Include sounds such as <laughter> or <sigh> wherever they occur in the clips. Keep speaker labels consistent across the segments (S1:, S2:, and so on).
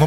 S1: の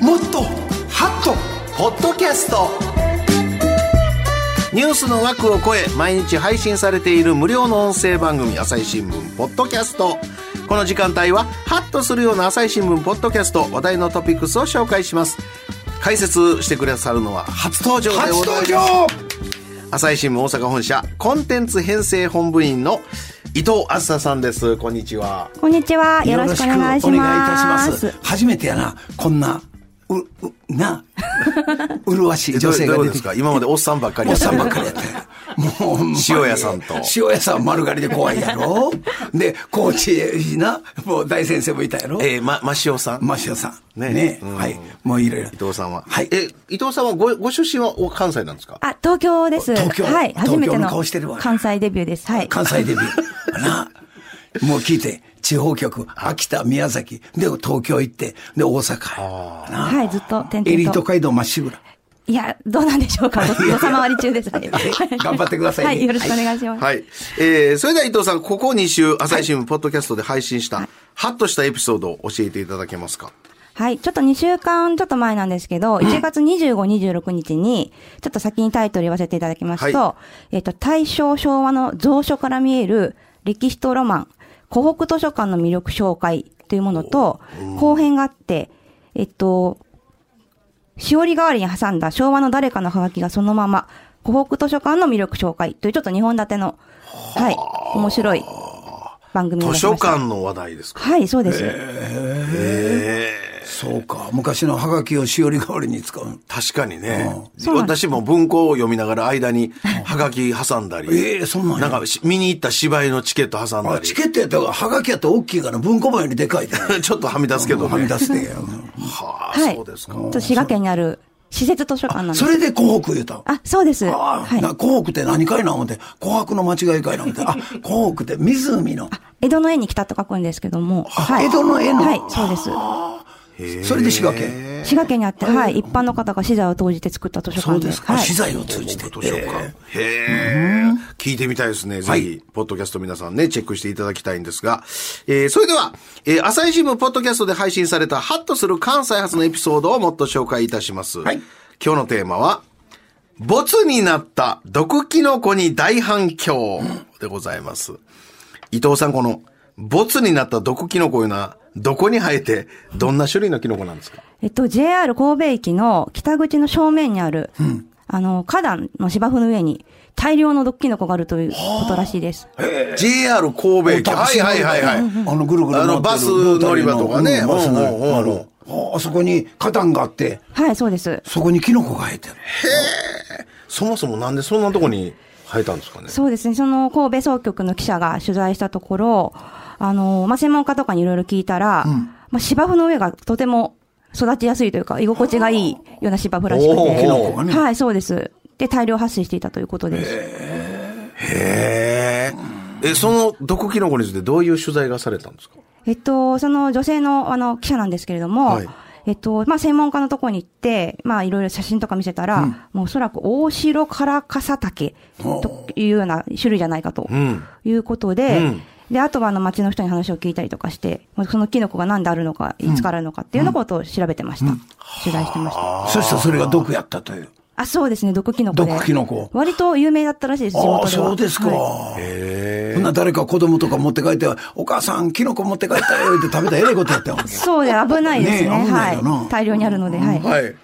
S2: もっとハッとポッドキャストニュースの枠を超え毎日配信されている無料の音声番組朝日新聞ポッドキャストこの時間帯はハッとするような朝日新聞ポッドキャスト話題のトピックスを紹介します解説してくださるのは初登場でございます朝日新聞大阪本社コンテンツ編成本部員の伊藤あずささんですこんにちは
S3: こんにちは。よろしくお願いします。
S4: よろしくお願いいたします初めてやな、こんな、う、う、な、麗しい女性が
S2: どう
S4: 出
S2: で
S4: て
S2: す
S4: きた。
S2: か今までおっさんばっかり
S4: お
S2: や
S4: ったさんばっかりやったもうほんまに、
S2: 塩屋さんと
S4: 塩屋さん丸刈りで怖いやろで、コーチな、もう大先生もいたや
S2: <laughs>
S4: ろ
S2: えー、ま、ましおさん
S4: マシオさん。
S2: ね
S4: ね
S2: うん
S4: はい。もういろいろ。
S2: 伊藤さんは。
S4: はい
S2: え、伊藤さんはご、ご出身はお関西なんですか
S3: あ、東京です。
S4: 東京
S3: はい。
S4: 東京
S3: 初めて
S4: の
S3: の
S4: 顔してるわ
S3: 関西デビューです。はい。
S4: 関西デビュー。な。もう聞いて、地方局、秋田、宮崎、で、東京行って、で、大阪。な
S3: はい、ずっと点
S4: エリー
S3: 々
S4: ト
S3: と。
S4: 街道まっしぐら。
S3: いや、どうなんでしょうか。おお様割り中です。はい
S4: <laughs> 頑張ってくださいね
S3: はい、よろしくお願いします。
S2: はい。えー、それでは伊藤さん、ここ2週、朝日新聞、ポッドキャストで配信した、ハッとしたエピソードを教えていただけますか
S3: はい。ちょっと2週間ちょっと前なんですけど、1月25、26日に、ちょっと先にタイトル言わせていただきますと、
S2: は
S3: えっ、と、大正昭和の蔵書から見える歴史とロマン、湖北図書館の魅力紹介というものと、後編があって、えっと、しおり代わりに挟んだ昭和の誰かのハガキがそのまま、湖北図書館の魅力紹介というちょっと2本立ての、はい、面白い番組を
S2: 図
S3: 出し
S2: 書
S3: ました
S2: 館の話題ですか
S3: はい、そうです。
S4: そうか。昔のハガキをしおり代わりに使う。
S2: 確かにね。
S3: そうなんで
S2: 私も文庫を読みながら間に、ハガキ挟んだり。
S4: えーそんなん
S2: な
S4: や
S2: んかし、見に行った芝居のチケット挟んだ
S4: あ
S2: り。
S4: チケットやったら、ハガキやったら大きいから、文庫版よりでかいで。
S2: <laughs> ちょっとはみ出すけどね。
S4: はみ出すで。
S2: はあ、
S3: はい
S2: そうですか
S3: ちょ。っと滋賀県にある施設図書館なんです
S4: それで湖北言うた。
S3: あ、そうです。
S4: あ
S3: は
S4: あ、
S3: い。
S4: な湖北って何かいな思って、琥珀の間違いかいな思って、あ、湖北って湖の。
S3: 江戸の絵に来たと書くんですけども。はい、
S4: 江戸の絵の
S3: はい、そうです。
S4: それで滋賀県。
S3: 滋賀県にあって、はい、一般の方が資材を投じて作った図書
S4: そう
S3: 館
S4: で
S3: ですす。
S4: か。
S3: はい
S4: 資。材を通じて。
S2: 図書館。
S4: え
S2: へえ。聞いてみたいですね。ぜひ、
S4: はい
S2: ポッドキャスト皆さんね、チェックしていただきたいんですが。えー、それでは、えー、朝日新聞ポッドキャストで配信された、ハッとする関西発のエピソードをもっと紹介いたします。
S4: はい
S2: 今日のテーマは、ボツになった毒キノコに大反響でございます。伊藤さん、この、ボツになった毒キノコいうのは、どこに生えて、どんな種類のキノコなんですか
S3: えっと、JR 神戸駅の北口の正面にある、あの、花壇の芝生の上に大量の毒キノコがあるということらしいです。
S2: ?JR 神戸
S4: え
S2: 駅。はいはいはいはい。
S4: あの、ぐるぐる
S2: あ
S4: 回ってる。
S2: の、バス乗り場とかね。
S4: うんバス乗り
S2: うんうん
S4: 場あ
S2: うん
S4: るああそこに花壇があって、
S3: はい、そうです。
S4: そこにキノコが生えてる。
S2: そもそもなんでそんなとこに生えたんですかね。
S3: そうですね、その神戸総局の記者が取材したところ、あの、まあ、専門家とかにいろいろ聞いたら、まあ、芝生の上がとても育ちやすいというか、居心地がいいような芝生らしく
S2: おー
S3: て。
S2: キノコ
S4: がね
S3: はい、そうです。で、大量発生していたということです。
S2: へえ。え、その毒キノコについてどういう取材がされたんですか
S3: えっと、その女性の、あの、記者なんですけれども、
S2: はい
S3: えっと、まあ、専門家のところに行って、まあ、いろいろ写真とか見せたら、もうおそらく、大白カラカサタケというような種類じゃないかと
S2: ん
S3: いうことで、
S2: うん
S3: で、あとはあの町の人に話を聞いたりとかして、もうそのキノコが何であるのか、いつからあるのかっていうようなことを調べてました。取材してました。
S4: そしたらそれが毒やったという。
S3: あ、そうですね、毒キノコで。
S4: 毒キノコ
S3: 割と有名だったらしいです、地元で
S4: あ
S3: は。
S4: あ、そうですか。
S3: はい
S4: ほんなら誰か子供とか持って帰って、お母さん、キノコ持って帰ったよって食べたらえらいことやっ
S3: <laughs>
S4: たわけ。
S3: そうで、危ないですね。
S4: ねえ危な
S3: はい。
S4: よない
S3: 大量にあるので、はい。
S2: はい。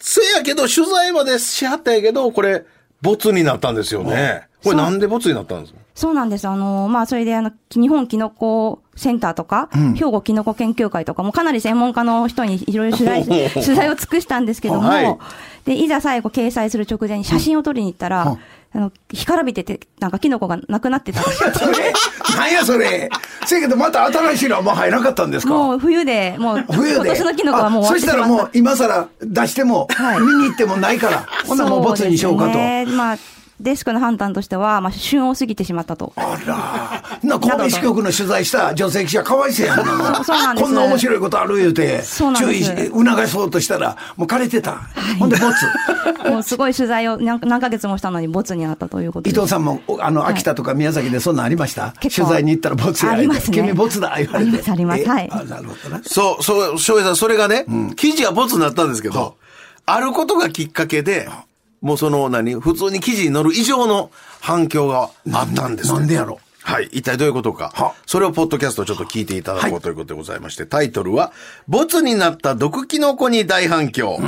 S2: せやけど、取材までしはったんやけど、これ、ボツになったんですよね。これなんでボツになったんですか
S3: そうなんです。あの、まあ、それで、あの、き日本キノコセンターとか、兵庫キノコ研究会とかも、かなり専門家の人にいろいろ取材し
S4: <laughs>
S3: 取材を尽くしたんですけども、
S2: はい
S3: で、いざ最後掲載する直前に写真を撮りに行ったら、あの、干からびてて、なんかキノコがなくなってたんですよ
S4: それ、なんやそれ。せやけど、また新しいのはもう入らなかったんですか
S3: もう冬で、もう、
S4: 冬で。
S3: 今年のキノコはもう
S4: あ
S3: 終わって
S4: そ
S3: し
S4: し
S3: たま
S4: ら
S3: っ
S4: も
S3: た
S4: う、今さら出しても、
S3: はい
S4: 見に行ってもないから、ほんならもうボツにしようかと。
S3: そうですねまあ、デスクの判断としては、まあ、旬を過ぎてしまったと。
S4: あら、な、神戸支局の取材した女性記者、かわいそうやんな。
S3: そうそうなんです
S4: こんな面白いことある言うて、
S3: そうなん
S4: 注
S3: で
S4: 意
S3: す
S4: し、促そうとしたら、もう枯れてた。ほんで、ボ
S3: <laughs>
S4: ツ。
S3: もうすごい取材を何何ヶ月もしたのに、ボツになったということ
S4: 伊
S3: です
S4: 藤さんも、おあの、秋田とか宮崎でそんなんありました取
S3: 結構
S4: 材に行ったらボツや
S3: ありますね
S4: 君ボツだ言われて。
S3: ありますあります
S4: え
S3: はい
S4: あなるほどな。
S2: そう、そう、翔平さん、それがね、記事がボツになったんですけど、あることがきっかけで、もうその何、普通に記事に載る以上の反響があったんです
S4: なんでやろ
S2: はい。一体どういうことか
S4: は。
S2: それをポッドキャストちょっと聞いていただこうということでございまして、タイトルは、ボツになった毒キノコに大反響。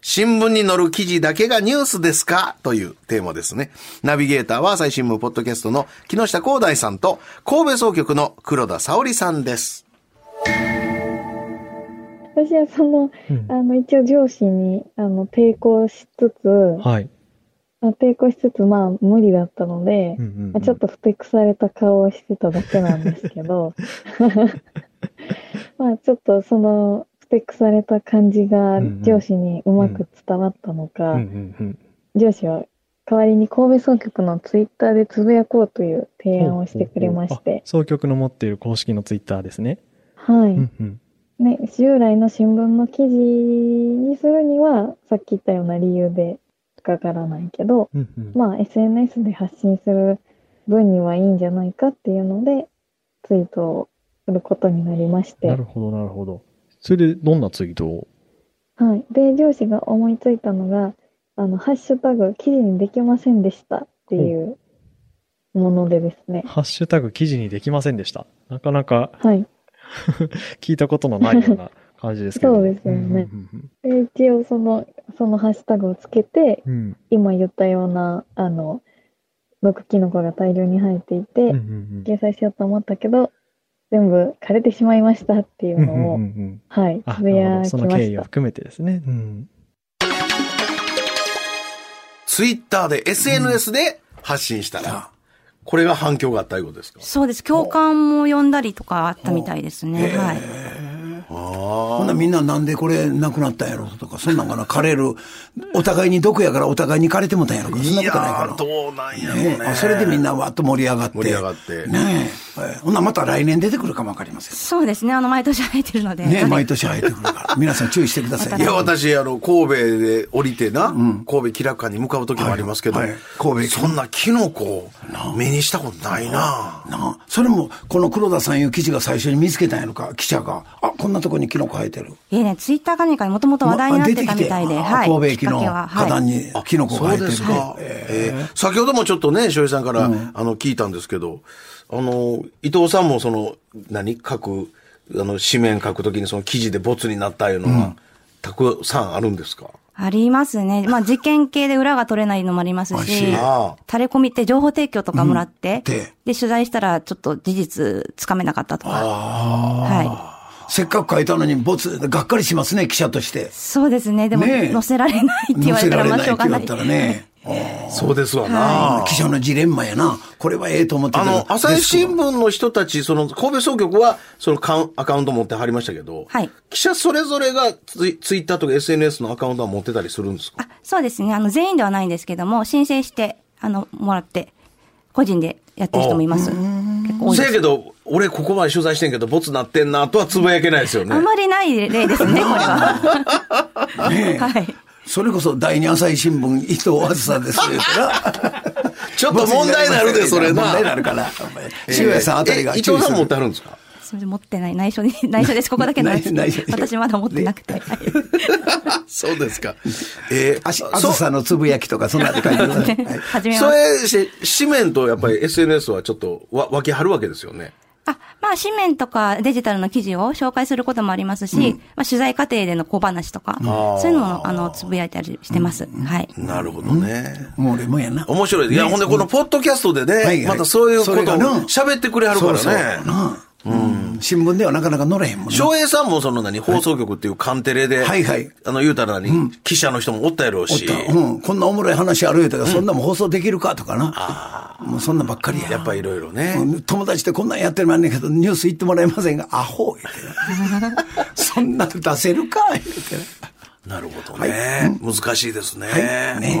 S2: 新聞に載る記事だけがニュースですかというテーマですね。ナビゲーターは最新聞ポッドキャストの木下光大さんと神戸総局の黒田沙織さんです。
S5: 私はその、あの、一応上司に、あの、抵抗しつつ、
S6: はい。
S5: まあ抵抗しつつ、まあ、無理だったので、
S6: うんうんうん
S5: まあ、ちょっとふてくされた顔をしてただけなんですけど、
S6: <laughs>
S5: まあ、ちょっとその、ふてくされた感じが
S6: うんうん
S5: 上司にうまく伝わったのか、
S6: うんうんうん。
S5: 上司は代わりに神戸総局のツイッターでつぶやこうという提案をしてくれまし
S6: ほうほうほうあ
S5: て、
S6: 総局の持っている公式のツイッターですね。
S5: はい。
S6: うんうん。
S5: ね、従来の新聞の記事にするには、さっき言ったような理由でかからないけど、
S6: うんうん。
S5: まあ SNS で発信する分にはいいんじゃないかっていうので、ツイートをすることになりまして。
S6: なるほど、なるほど。それで、どんなツイートを
S5: はい。で、上司が思いついたのが、あの、ハッシュタグ、記事にできませんでしたっていうものでですね。
S6: ハッシュタグ記事にできませんでした。なかなか
S5: はい。
S6: 聞いたことのないような感じですけど。
S5: そうですよね
S6: うんう
S5: で、
S6: ん
S5: 一応その、そのハッシュタグをつけて、
S6: うんうん。
S5: 今言ったような、あの、毒キノコが大量に生えていて、
S6: うんうん
S5: 掲載しようと思ったけど、全部枯れてしまいましたっていう
S6: うん。うん
S5: のを、
S6: うんうん
S5: はい、
S6: あ、
S5: つ
S6: な
S5: ぶ
S6: るほ
S5: や
S6: ど。
S5: き
S6: そ
S5: ま
S6: の経
S5: し
S6: 緯を
S5: た。
S6: 含めてですね。うん。
S2: ツイッターで、SNS で発信したら、これが反響があったいうことですか
S3: そうです。共感も呼んだりとかあったみたいですね。はい。
S2: あ
S4: ほんならみんななんでこれなくなったんやろとか、そんなんかな、枯れる。お互いに毒やからお互いに枯れてもたんやろか、そん
S2: い
S4: な
S2: や
S4: ことないか
S2: ー、
S4: な。
S2: どうなんやろう
S4: ね
S2: ね。
S4: えあそれでみんなわっと盛り上がって。
S2: 盛り上がって
S4: ねえ。ええほんならまた来年出てくるかもわかりません。
S3: そうですね。あの、毎年入ってるので。
S4: ねえ、
S3: はい
S4: 毎年入ってくる
S3: <laughs>
S4: から。皆さん注意してください。
S2: いや、私、あの、神戸で降りてな、神戸キラカに向かう時もありますけど、
S4: はいはい神戸
S2: そんなキノコを目にしたことないな。
S4: なあそれも、この黒田さんいう記事が最初に見つけたんやろか、記者が。あ、こんなとこにキノコ生えてる。
S3: いえね、ツイッターか何かにもともと話題になってたみたいで、
S4: まあ
S3: はい。
S4: 神戸駅
S3: きっか
S4: の
S3: けははい
S4: 花壇にキノコが
S2: そう
S4: 生え
S2: で
S4: て
S2: す
S4: る。
S2: か。えー先ほどもちょっとね、翔平さんから、あの、聞いたんですけど、あの、伊藤さんもその、何書く、あの、紙面書くときにその記事でボツになったいうのが、たくさんあるんですか
S3: ありますね。まあ、事件系で裏が取れないのもあります
S4: あ
S3: し
S4: し、
S2: ああ
S3: タレコミって情報提供とかもらって、
S4: うんで
S3: で、取材したらちょっと事実つかめなかったとか。はい。
S4: せっかく書いたのに、ボツ、がっかりしますね、記者として。
S3: そうですね。でも、
S4: ねえ
S3: 載せられないって言われたら、まあ、しょうがな
S4: 載
S3: い
S4: せ。られないって言われたらね。
S2: そうですわな。
S4: ああ記者のジレンマやな。これはええと思って
S2: あ
S4: たけど
S2: の、朝日新
S4: デス
S2: 聞の人たち、その、神戸総局は、そのカウンアカウント持ってはりましたけど、
S3: はい
S2: 記者それぞれがツイツイッターとか SNS のアカウントは持ってたりするんですか
S3: あ、そうですね。あの、全員ではないんですけども、申請して、あの、もらって、個人でやってる人もいます。結構多い
S2: せ
S3: で
S2: や
S3: す。
S2: けど、俺ここまで取材してんけど、ボツなってんなとはつぶやけないですよね
S3: あ。まりない例ですね、これは。
S4: クはねえ
S3: はい。
S4: それこそ第二朝日新聞、伊藤あずさですよ。
S2: <laughs> ちょっと問題なるで、それ
S4: <laughs>
S2: な。
S4: 問題になるから。渋谷さんあたりが
S2: え伊藤さん持ってはるんですか
S3: それで持ってない。内緒に、内緒です。ここだけの内緒
S4: 内緒内緒
S3: 私まだ持ってなくて。はい
S2: そうですか。えー
S4: あしあずさのつぶやきとか、そんなの書いてください。はい
S3: 始
S2: <laughs>
S3: め
S2: そ
S3: ます。
S2: れし、紙面とやっぱり SNS はちょっとわ分けはるわけですよね。
S3: あ、まあ、紙面とかデジタルの記事を紹介することもありますし、まあ、取材過程での小話とか、
S2: あー
S3: そういうのも、あの、つぶやいたりしてます。はい。
S2: なるほどね。
S4: もう俺もやな。
S2: 面白い。いや、
S4: ね
S2: ほんで、このポッドキャストで
S4: は
S2: ね、
S4: いは
S2: またそういうことを
S4: それがな
S2: 喋ってくれはるか
S4: そうそう
S2: らね。
S4: なうん。新聞ではなかなか載らへんもんな。
S2: 翔平さんもその何、放送局っていうカンテレで、
S4: はいはい
S2: あの、言うたら何、記者の人もおったやろう
S4: おっ
S2: し、
S4: たうん。こんなおもろい話あるよとか、そんなもん放送できるかとかな。もうそんなんばっかりや。
S2: やっぱいろいろね。
S4: うん友達でこんなんやってるもんねんけど、ニュース言ってもらえませんが、アホ言う
S2: <laughs>
S4: てなそんなの出せるか言うて
S2: なるほどね。難しいですね。
S4: な。ね。うん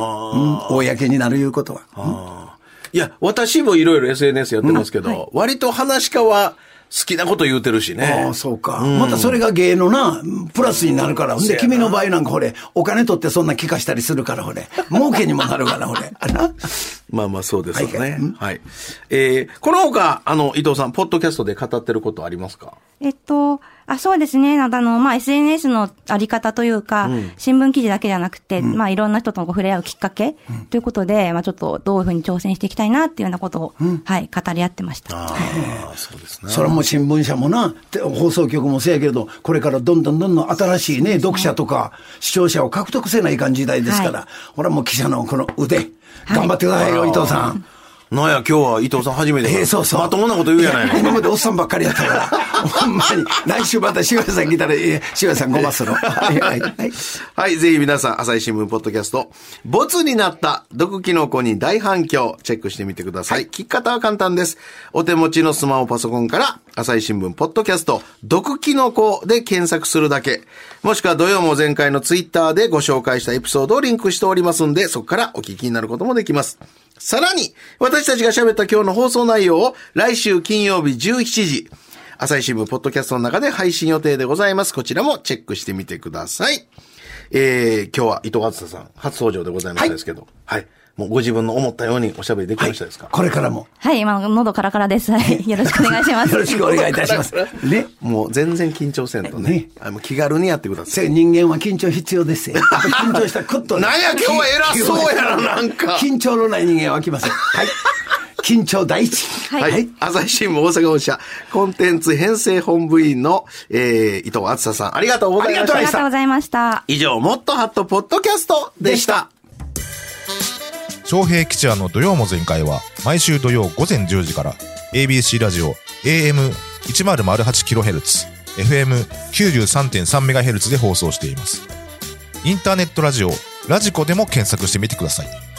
S2: あー
S4: 公になるいうことは。
S2: あーいや、私もいろいろ SNS やってますけど、割と話し家は好きなこと言うてるしね。
S4: ああ、そうか。またそれが芸のな、プラスになるから。
S2: せ
S4: で、
S2: やな
S4: 君の場合なんかほれ、お金取ってそんな聞かしたりするからほれ、儲けにもなるからほれ。あな。
S2: まあまあそうですよね。は、
S4: はいい
S2: は
S4: はいい
S2: えー、この他、あの、伊藤さん、ポッドキャストで語ってることありますか
S3: えっと、あそうですね。あの、まあ、SNS のあり方というか、新聞記事だけじゃなくて、まあ、いろんな人と触れ合うきっかけ、ということで、まあ、ちょっとどういうふうに挑戦していきたいなっていうようなことを、はい、語り合ってました。
S2: ああ、そうですね
S4: それはもう新聞社もな、て放送局もせやけれど、これからどんどんどんどん新しいね、読者とか視聴者を獲得せないかん時代ですから、
S3: は
S4: ほらもう記者のこの腕、頑張ってくださいよ、伊藤さん。
S2: なんや、今日は伊藤さん初めて。
S4: ええ、そうそう。
S2: まともなこと言うやない
S4: や
S2: の。
S4: 今までおっさんばっかりやったから。 <laughs> ほんまに。来週また塩屋さん来たら、ええ塩屋さんごま
S2: <laughs>
S4: すの。はいはいはい。
S2: はい、ぜひ皆さん、朝日新聞ポッドキャスト、ボツになった毒キノコに大反響、チェックしてみてください。聞き方は簡単です。お手持ちのスマホパソコンから、朝日新聞ポッドキャスト、毒キノコで検索するだけ。もしくは土曜も前回のツイッターでご紹介したエピソードをリンクしておりますんで、そこからお聞きになることもできます。さらに、私たちが喋った今日の放送内容を、来週金曜日17時、朝日新聞ポッドキャストの中で配信予定でございます。こちらもチェックしてみてください。えー、今日は伊藤梓さん、初登場でございましたですけど、はい、もうご自分の思ったようにおしゃべりできましたですか、
S4: これからも
S3: はい、今、喉カラカラです。はい、よろしくお願いします。
S4: よろしくお願いいた
S2: <laughs>
S4: します。ね。
S2: もう全然緊張せんとね。
S4: ね
S2: あもう気軽にやってくださ
S4: せ
S2: い。
S4: や人間は緊張必要ですよ。やっぱ <laughs> 緊張したらクッとね。
S2: なんや今日は偉そうやななんか
S4: 緊張のない人間は来ませ
S2: <laughs>
S4: ん。はい。緊張第一。
S3: はい
S2: はい。朝日新聞大阪本社、コンテンツ編成本部員の、えー、伊藤梓さん、ありがとうございまし
S3: あ
S2: た
S3: り。がとうございました。
S2: 以上、もっとハットポッドキャストでした。
S1: 徴兵基地屋の土曜も全開は毎週土曜午前10時から ABC ラジオ AM1008kHz、FM93.3MHz で放送しています。インターネットラジオ、ラジコでも検索してみてください。